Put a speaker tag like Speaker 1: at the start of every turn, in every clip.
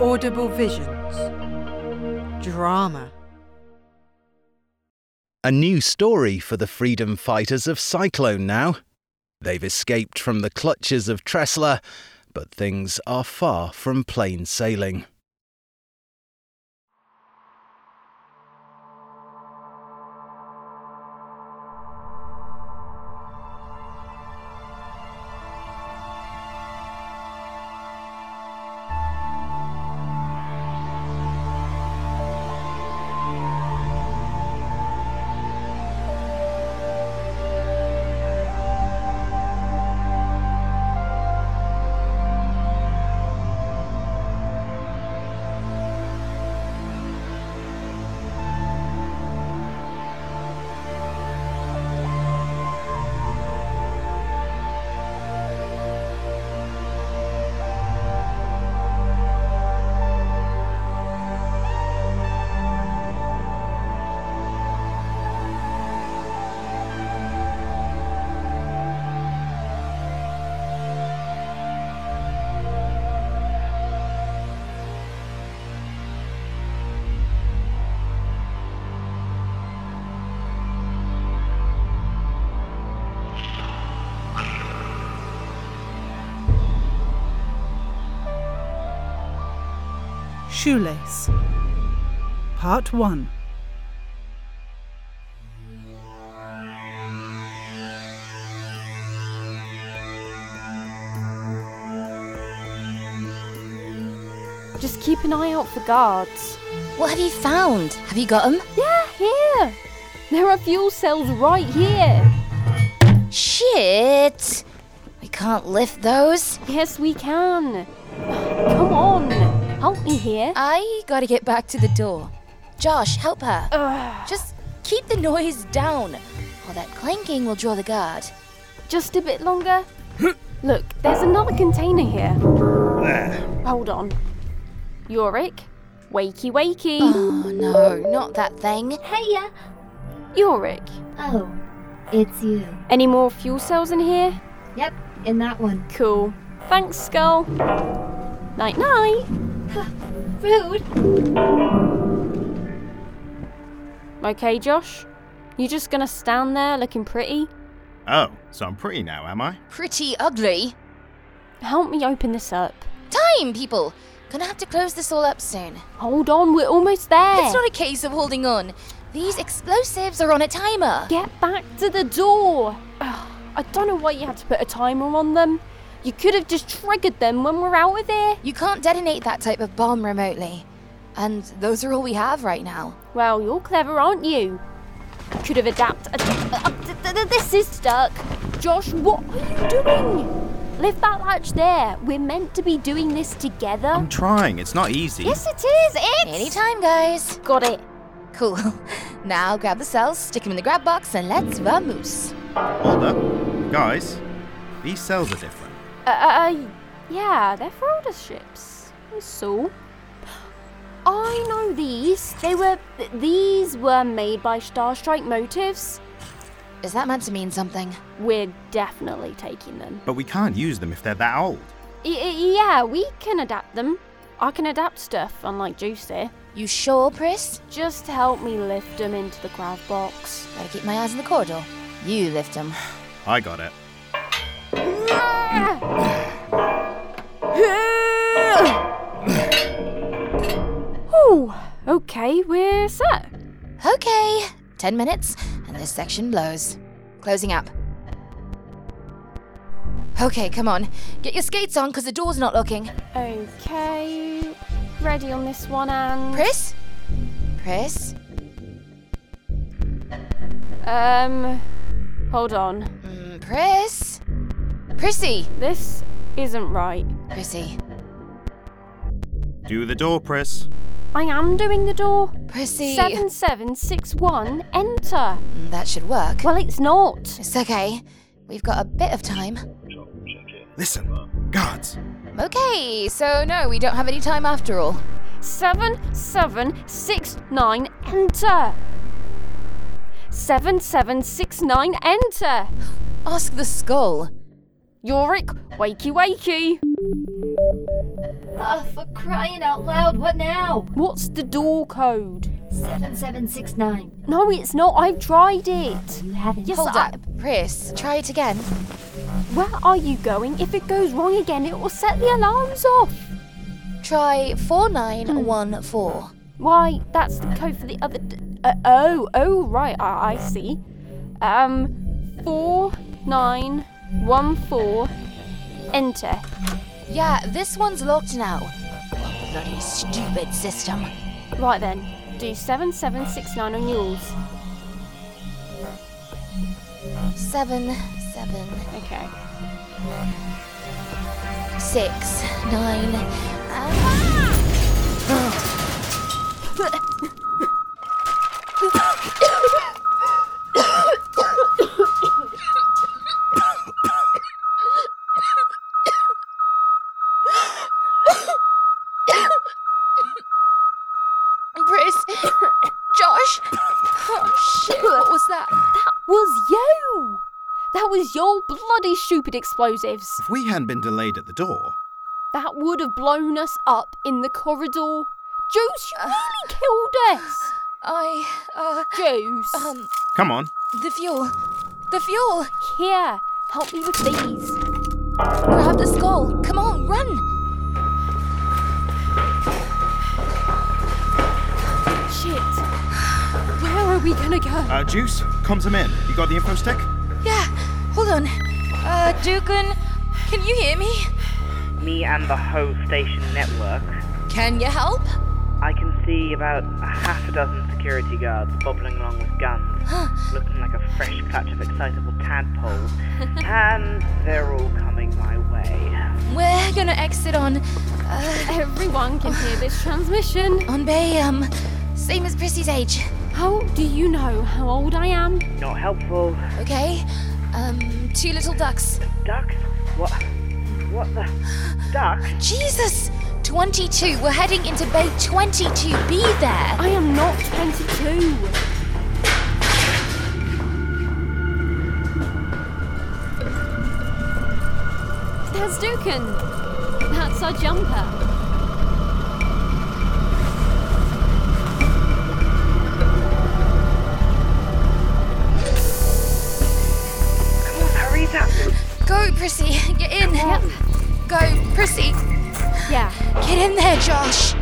Speaker 1: Audible visions. Drama.
Speaker 2: A new story for the freedom fighters of Cyclone now. They've escaped from the clutches of Tressler, but things are far from plain sailing.
Speaker 3: Shoelace. Part 1
Speaker 4: Just keep an eye out for guards.
Speaker 5: What have you found? Have you got 'em?
Speaker 4: Yeah, here! There are fuel cells right here!
Speaker 5: Shit! We can't lift those.
Speaker 4: Yes, we can! Come on! Help me here!
Speaker 5: I gotta get back to the door. Josh, help her. Just keep the noise down, or that clanking will draw the guard.
Speaker 4: Just a bit longer. Look, there's another container here. Hold on. Yorick? Wakey wakey!
Speaker 5: Oh no, not that thing.
Speaker 6: Heya!
Speaker 4: Yorick,
Speaker 6: Oh, it's you.
Speaker 4: any more fuel cells in here?
Speaker 6: Yep, in that one.
Speaker 4: Cool. Thanks, Skull. Night night!
Speaker 6: Rude!
Speaker 4: Okay, Josh? You just gonna stand there looking pretty?
Speaker 7: Oh, so I'm pretty now, am I?
Speaker 5: Pretty ugly.
Speaker 4: Help me open this up.
Speaker 5: Time, people! Gonna have to close this all up soon.
Speaker 4: Hold on, we're almost there.
Speaker 5: It's not a case of holding on. These explosives are on a timer.
Speaker 4: Get back to the door. Ugh, I don't know why you had to put a timer on them. You could have just triggered them when we're out of there.
Speaker 5: You can't detonate that type of bomb remotely. And those are all we have right now.
Speaker 4: Well, you're clever, aren't you? Could have adapted. this is stuck. Josh, what are you doing? Lift that latch there. We're meant to be doing this together.
Speaker 7: I'm trying, it's not easy.
Speaker 4: Yes, it is. It's.
Speaker 5: Anytime, guys.
Speaker 4: Got it.
Speaker 5: Cool. Now grab the cells, stick them in the grab box, and let's vamoose.
Speaker 7: Hold up. Guys, these cells are different.
Speaker 4: Uh, uh, yeah, they're for older ships. So, I know these. They were th- these were made by Starstrike Motives.
Speaker 5: Is that meant to mean something?
Speaker 4: We're definitely taking them.
Speaker 7: But we can't use them if they're that old.
Speaker 4: Y- y- yeah, we can adapt them. I can adapt stuff, unlike Juicy.
Speaker 5: You sure, Pris?
Speaker 4: Just help me lift them into the grab box.
Speaker 5: Gotta keep my eyes on the corridor. You lift them.
Speaker 7: I got it.
Speaker 4: Ooh, okay, we're set.
Speaker 5: Okay. Ten minutes, and this section blows. Closing up. Okay, come on. Get your skates on, because the door's not looking.
Speaker 4: Okay, ready on this one and.
Speaker 5: Pris? Pris?
Speaker 4: Um, hold on.
Speaker 5: Mm, Pris? Prissy!
Speaker 4: This isn't right.
Speaker 5: Prissy.
Speaker 7: Do the door, Pris.
Speaker 4: I am doing the door.
Speaker 5: Prissy.
Speaker 4: 7761, enter.
Speaker 5: Mm, That should work.
Speaker 4: Well, it's not.
Speaker 5: It's okay. We've got a bit of time.
Speaker 7: Listen, guards.
Speaker 5: Okay, so no, we don't have any time after all.
Speaker 4: 7769, enter. 7769, enter.
Speaker 5: Ask the skull.
Speaker 4: Yorick, wakey wakey.
Speaker 6: Ah, for crying out loud, what now?
Speaker 4: What's the door code?
Speaker 6: 7769.
Speaker 4: No, it's not. I've tried it.
Speaker 6: You haven't.
Speaker 4: Yes,
Speaker 5: Hold
Speaker 4: I-
Speaker 5: up. Uh, Chris, try it again.
Speaker 4: Where are you going? If it goes wrong again, it will set the alarms off.
Speaker 5: Try 4914.
Speaker 4: Why, that's the code for the other. D- uh, oh, oh, right, I, I see. Um, four nine one four. Enter.
Speaker 5: Yeah, this one's locked now. Oh, bloody stupid system.
Speaker 4: Right then, do seven seven six nine on yours.
Speaker 5: Seven, seven,
Speaker 4: Okay.
Speaker 5: six, nine. Ah! Chris, Josh. Oh shit! What was that?
Speaker 4: That was you. That was your bloody stupid explosives.
Speaker 7: If we hadn't been delayed at the door,
Speaker 4: That would have blown us up in the corridor. Juice,
Speaker 5: Uh.
Speaker 4: you nearly killed us.
Speaker 5: I uh
Speaker 4: Juice.
Speaker 5: um
Speaker 7: come on.
Speaker 5: the fuel, the fuel.
Speaker 4: Here, help me with these.
Speaker 5: Grab the skull. Come on, run.
Speaker 4: Shit. Oh, Where are we gonna go?
Speaker 7: Uh, Juice, comms him in. You got the info stick?
Speaker 5: Yeah, hold on. Uh, Dugan, can you hear me?
Speaker 8: me and the whole station network.
Speaker 5: Can you help?
Speaker 8: I can see about a half a dozen security guards bobbling along with guns, looking like a fresh clutch of excitable tadpoles, and they're all coming my way.
Speaker 5: We're gonna exit on, uh,
Speaker 4: Everyone can hear this transmission.
Speaker 5: on Bay, um, same as Prissy's age.
Speaker 4: How do you know how old I am?
Speaker 8: Not helpful.
Speaker 5: Okay, um, two little ducks.
Speaker 8: Ducks? What? What the? Ducks?
Speaker 5: Jesus, 22. We're heading into Bay 22. Be there.
Speaker 4: I am not 22. There's Dukin. That's our jumper.
Speaker 8: Come on, hurry up!
Speaker 5: Go, Prissy. Get in. Go, Prissy.
Speaker 4: Yeah.
Speaker 5: Get in there, Josh.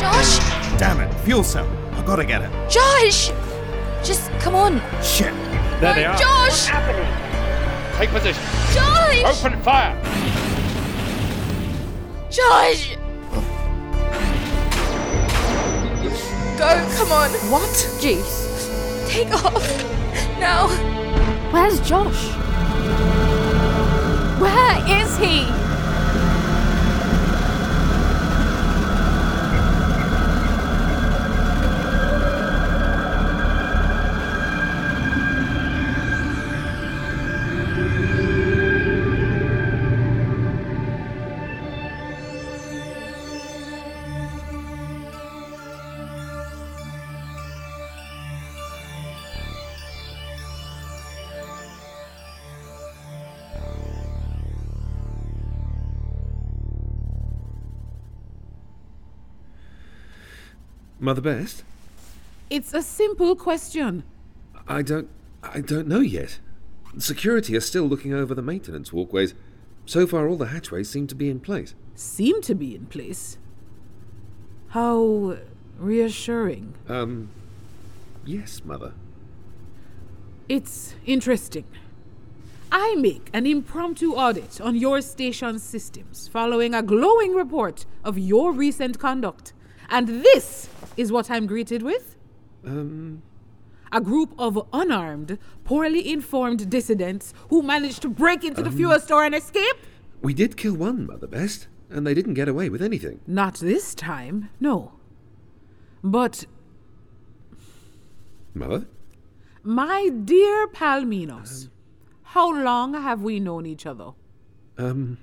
Speaker 5: Josh.
Speaker 7: Damn it, fuel cell. I gotta get it.
Speaker 5: Josh. Just come on.
Speaker 7: Shit.
Speaker 9: There they
Speaker 5: No,
Speaker 9: are.
Speaker 5: Josh.
Speaker 8: Happening.
Speaker 9: Take position.
Speaker 5: Josh.
Speaker 9: Open fire.
Speaker 5: Josh! Go, come on,
Speaker 1: What?
Speaker 4: Juice.
Speaker 5: take off. Now.
Speaker 4: Where's Josh? Where is he?
Speaker 10: Mother Best?
Speaker 3: It's a simple question.
Speaker 10: I don't. I don't know yet. Security are still looking over the maintenance walkways. So far, all the hatchways seem to be in place.
Speaker 3: Seem to be in place. How reassuring.
Speaker 10: Um. Yes, Mother.
Speaker 3: It's interesting. I make an impromptu audit on your station's systems following a glowing report of your recent conduct. And this is what I'm greeted with
Speaker 10: Um.
Speaker 3: a group of unarmed, poorly informed dissidents who managed to break into the fuel store and escape?
Speaker 10: We did kill one, Mother Best, and they didn't get away with anything.
Speaker 3: Not this time, no. But,
Speaker 10: Mother?
Speaker 3: my dear Palminos, how long have we known each other?
Speaker 10: Um.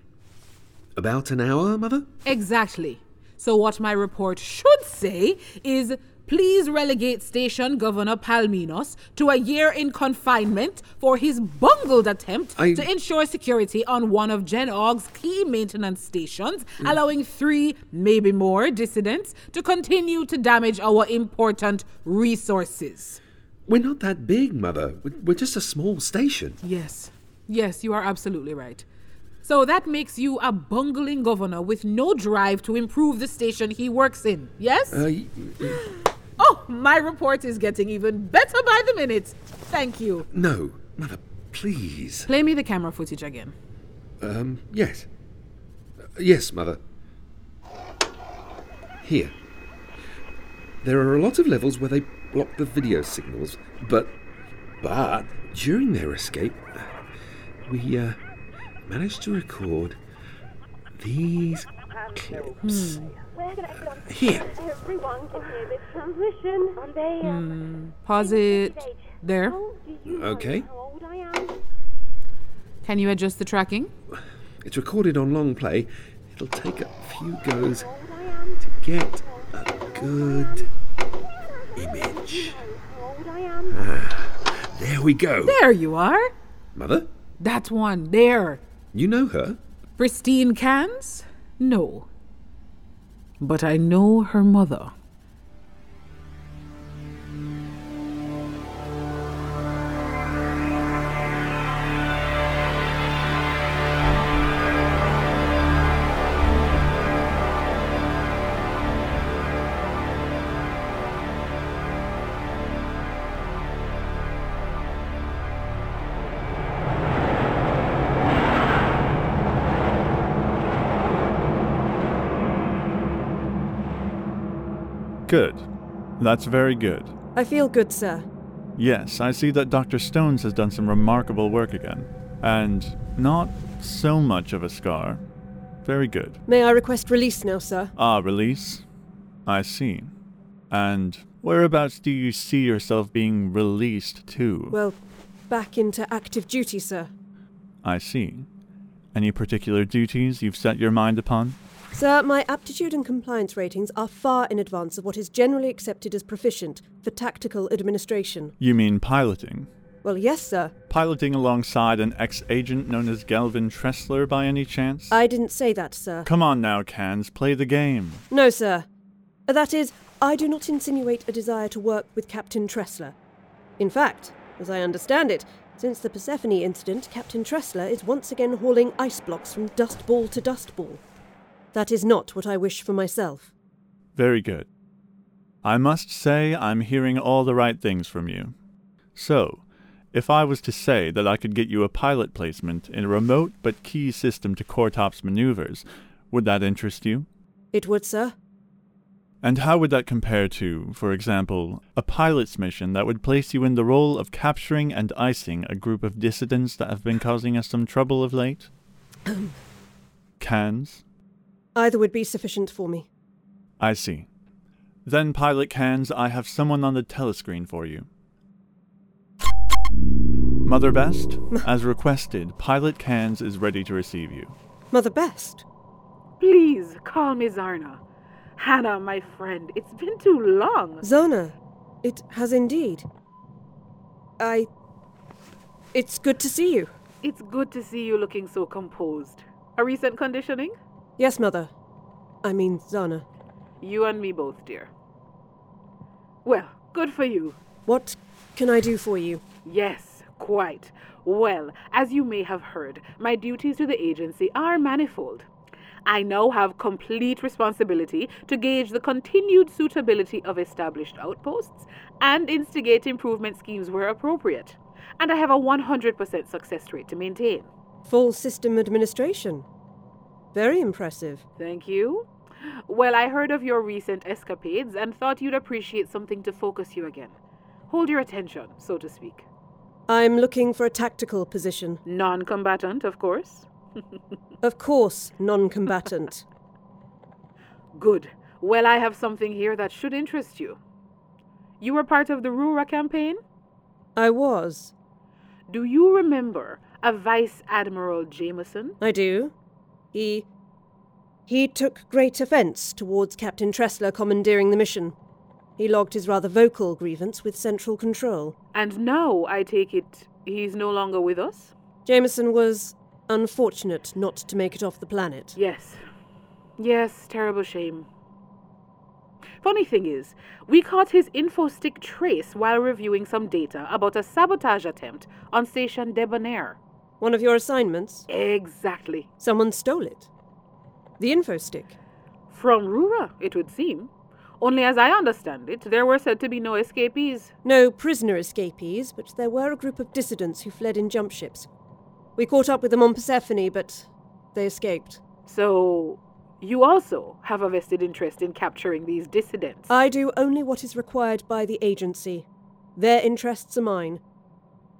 Speaker 10: About an hour, Mother?
Speaker 3: Exactly. So, what my report should say is please relegate Station Governor Palminos to a year in confinement for his bungled attempt
Speaker 10: I-
Speaker 3: to ensure security on one of Gen Og's key maintenance stations,
Speaker 10: Mm.
Speaker 3: allowing three, maybe more, dissidents to continue to damage our important resources.
Speaker 10: We're not that big, Mother. We're- We're just a small station.
Speaker 3: Yes, yes, you are absolutely right. So that makes you a bungling governor with no drive to improve the station he works in, yes?
Speaker 10: Uh, y-
Speaker 3: Oh, my report is getting even better by the minute. Thank you.
Speaker 10: no, Mother, please.
Speaker 3: Play me the camera footage again.
Speaker 10: Um, yes. Uh, yes, Mother. Here. There are a lot of levels where they block the video signals, but. But during their escape, we uh, managed to record these clips. Uh, here.
Speaker 4: Mm.
Speaker 3: Pause it. There.
Speaker 10: Okay.
Speaker 3: Can you adjust the tracking?
Speaker 10: It's recorded on long play. It'll take a few goes to get a good image. Ah, there we go.
Speaker 3: There you are.
Speaker 10: Mother,
Speaker 3: That one. There.
Speaker 10: you know her.
Speaker 3: Pristine cans? No. But I know her mother.
Speaker 9: Good. That's very good.
Speaker 11: I feel good, sir.
Speaker 9: Yes, I see that Dr. Stones has done some remarkable work again. And not so much of a scar. Very good.
Speaker 11: May I request release now, sir?
Speaker 9: Ah, release? I see. And whereabouts do you see yourself being released to?
Speaker 11: Well, back into active duty, sir.
Speaker 9: I see. Any particular duties you've set your mind upon?
Speaker 11: Sir, my aptitude and compliance ratings are far in advance of what is generally accepted as proficient for tactical administration.
Speaker 9: You mean piloting?
Speaker 11: Well, yes, sir.
Speaker 9: Piloting alongside an ex agent known as Galvin Tressler by any chance?
Speaker 11: I didn't say that, sir.
Speaker 9: Come on now, Cans, play the game.
Speaker 11: No, sir. Uh, That is, I do not insinuate a desire to work with Captain Tressler. In fact, as I understand it, since the Persephone incident, Captain Tressler is once again hauling ice blocks from dust ball to dust ball. That is not what I wish for myself.
Speaker 9: Very good. I must say I'm hearing all the right things from you. So, if I was to say that I could get you a pilot placement in a remote but key system to Cortop's maneuvers, would that interest you?
Speaker 11: It would, sir.
Speaker 9: And how would that compare to, for example, a pilot's mission that would place you in the role of capturing and icing a group of dissidents that have been causing us some trouble of late? Cans?
Speaker 11: Either would be sufficient for me.
Speaker 9: I see. Then, Pilot Cans, I have someone on the telescreen for you. Mother Best, as requested, Pilot Cans is ready to receive you.
Speaker 11: Mother Best.
Speaker 3: Please call me Zarna. Hannah, my friend, it's been too long.
Speaker 11: Zona. It has indeed. I. It's good to see you.
Speaker 3: It's good to see you looking so composed. A recent conditioning?
Speaker 11: Yes, Mother. I mean, Zana.
Speaker 3: You and me both, dear. Well, good for you.
Speaker 11: What can I do for you?
Speaker 3: Yes, quite. Well, as you may have heard, my duties to the agency are manifold. I now have complete responsibility to gauge the continued suitability of established outposts and instigate improvement schemes where appropriate. And I have a 100% success rate to maintain.
Speaker 11: Full system administration. Very impressive.
Speaker 3: Thank you. Well, I heard of your recent escapades and thought you'd appreciate something to focus you again. Hold your attention, so to speak.
Speaker 11: I'm looking for a tactical position.
Speaker 3: Non combatant, of course.
Speaker 11: Of course, non combatant.
Speaker 3: Good. Well, I have something here that should interest you. You were part of the Rura campaign?
Speaker 11: I was.
Speaker 3: Do you remember a Vice Admiral Jameson?
Speaker 11: I do. He. He took great offense towards Captain Tressler commandeering the mission. He logged his rather vocal grievance with central control.
Speaker 3: And now, I take it, he's no longer with us?
Speaker 11: Jameson was unfortunate not to make it off the planet.
Speaker 3: Yes. Yes, terrible shame. Funny thing is, we caught his info stick trace while reviewing some data about a sabotage attempt on station Debonair.
Speaker 11: One of your assignments?
Speaker 3: Exactly.
Speaker 11: Someone stole it. The info stick.
Speaker 3: From Rura, it would seem. Only as I understand it, there were said to be no escapees.
Speaker 11: No prisoner escapees, but there were a group of dissidents who fled in jump ships. We caught up with them on Persephone, but they escaped.
Speaker 3: So, you also have a vested interest in capturing these dissidents.
Speaker 11: I do only what is required by the agency. Their interests are mine.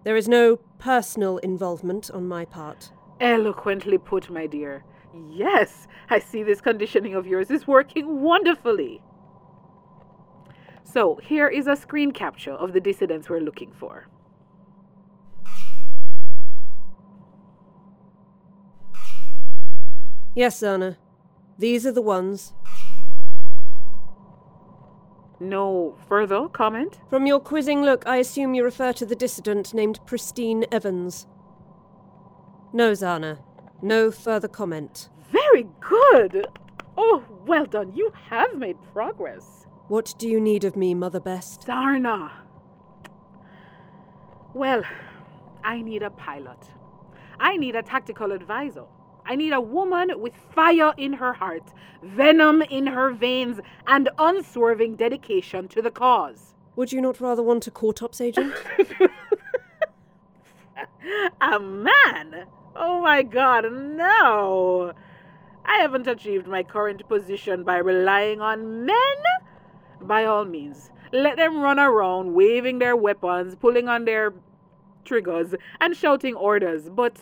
Speaker 11: There is no personal involvement on my part.
Speaker 3: Eloquently put, my dear. Yes, I see this conditioning of yours is working wonderfully. So, here is a screen capture of the dissidents we're looking for.
Speaker 11: Yes, Anna. These are the ones.
Speaker 3: No further comment?
Speaker 11: From your quizzing look, I assume you refer to the dissident named Pristine Evans. No, Zana. No further comment.
Speaker 3: Very good! Oh, well done. You have made progress.
Speaker 11: What do you need of me, Mother Best?
Speaker 3: Zarna! Well, I need a pilot. I need a tactical advisor. I need a woman with fire in her heart, venom in her veins, and unswerving dedication to the cause.
Speaker 11: Would you not rather want a Cortops agent?
Speaker 3: a man? Oh my god, no! I haven't achieved my current position by relying on men? By all means, let them run around waving their weapons, pulling on their triggers, and shouting orders, but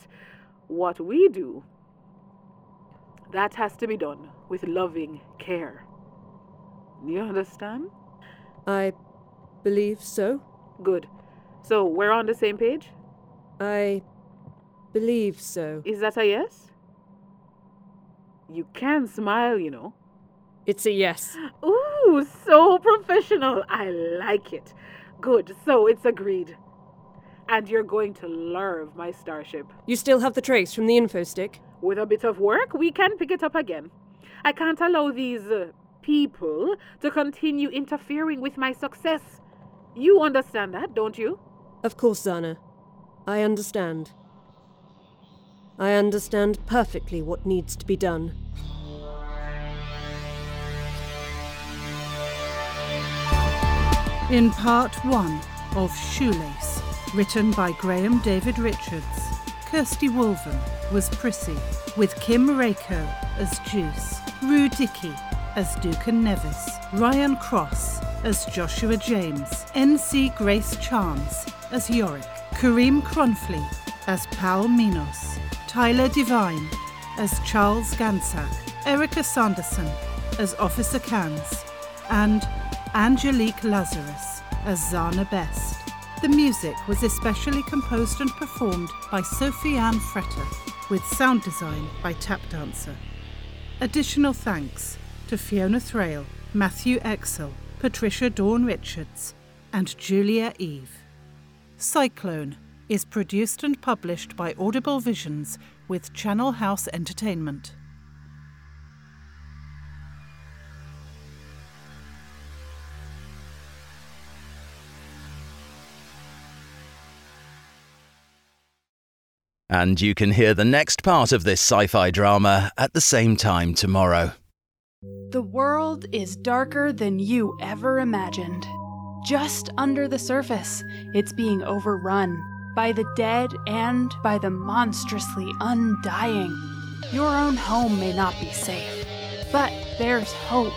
Speaker 3: what we do that has to be done with loving care. You understand?
Speaker 11: I believe so.
Speaker 3: Good. So we're on the same page?
Speaker 11: I believe so.
Speaker 3: Is that a yes? You can smile, you know.
Speaker 11: It's a yes.
Speaker 3: Ooh, so professional. I like it. Good. So it's agreed. And you're going to love my starship.
Speaker 11: You still have the trace from the info stick?
Speaker 3: With a bit of work, we can pick it up again. I can't allow these uh, people to continue interfering with my success. You understand that, don't you?
Speaker 11: Of course, Zana. I understand. I understand perfectly what needs to be done.
Speaker 1: In part one of Shoelace, written by Graham David Richards, Kirsty Wolven was Prissy, with Kim Rako as Juice, Rue Dickey as Ducan Nevis, Ryan Cross as Joshua James, N.C. Grace Chance as Yorick, Kareem Cronfley as Paul Minos, Tyler Devine as Charles Gansack, Erica Sanderson as Officer Cans, and Angelique Lazarus as Zana Best. The music was especially composed and performed by Sophie Ann Fretter with sound design by Tap Dancer. Additional thanks to Fiona Thrale, Matthew Exel, Patricia Dawn Richards, and Julia Eve. Cyclone is produced and published by Audible Visions with Channel House Entertainment.
Speaker 2: And you can hear the next part of this sci fi drama at the same time tomorrow.
Speaker 12: The world is darker than you ever imagined. Just under the surface, it's being overrun by the dead and by the monstrously undying. Your own home may not be safe, but there's hope.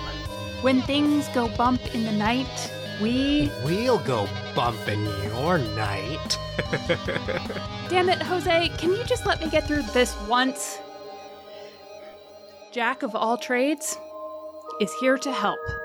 Speaker 12: When things go bump in the night, we.
Speaker 13: We'll go bump in your night.
Speaker 12: Damn it, Jose, can you just let me get through this once? Jack of all trades is here to help.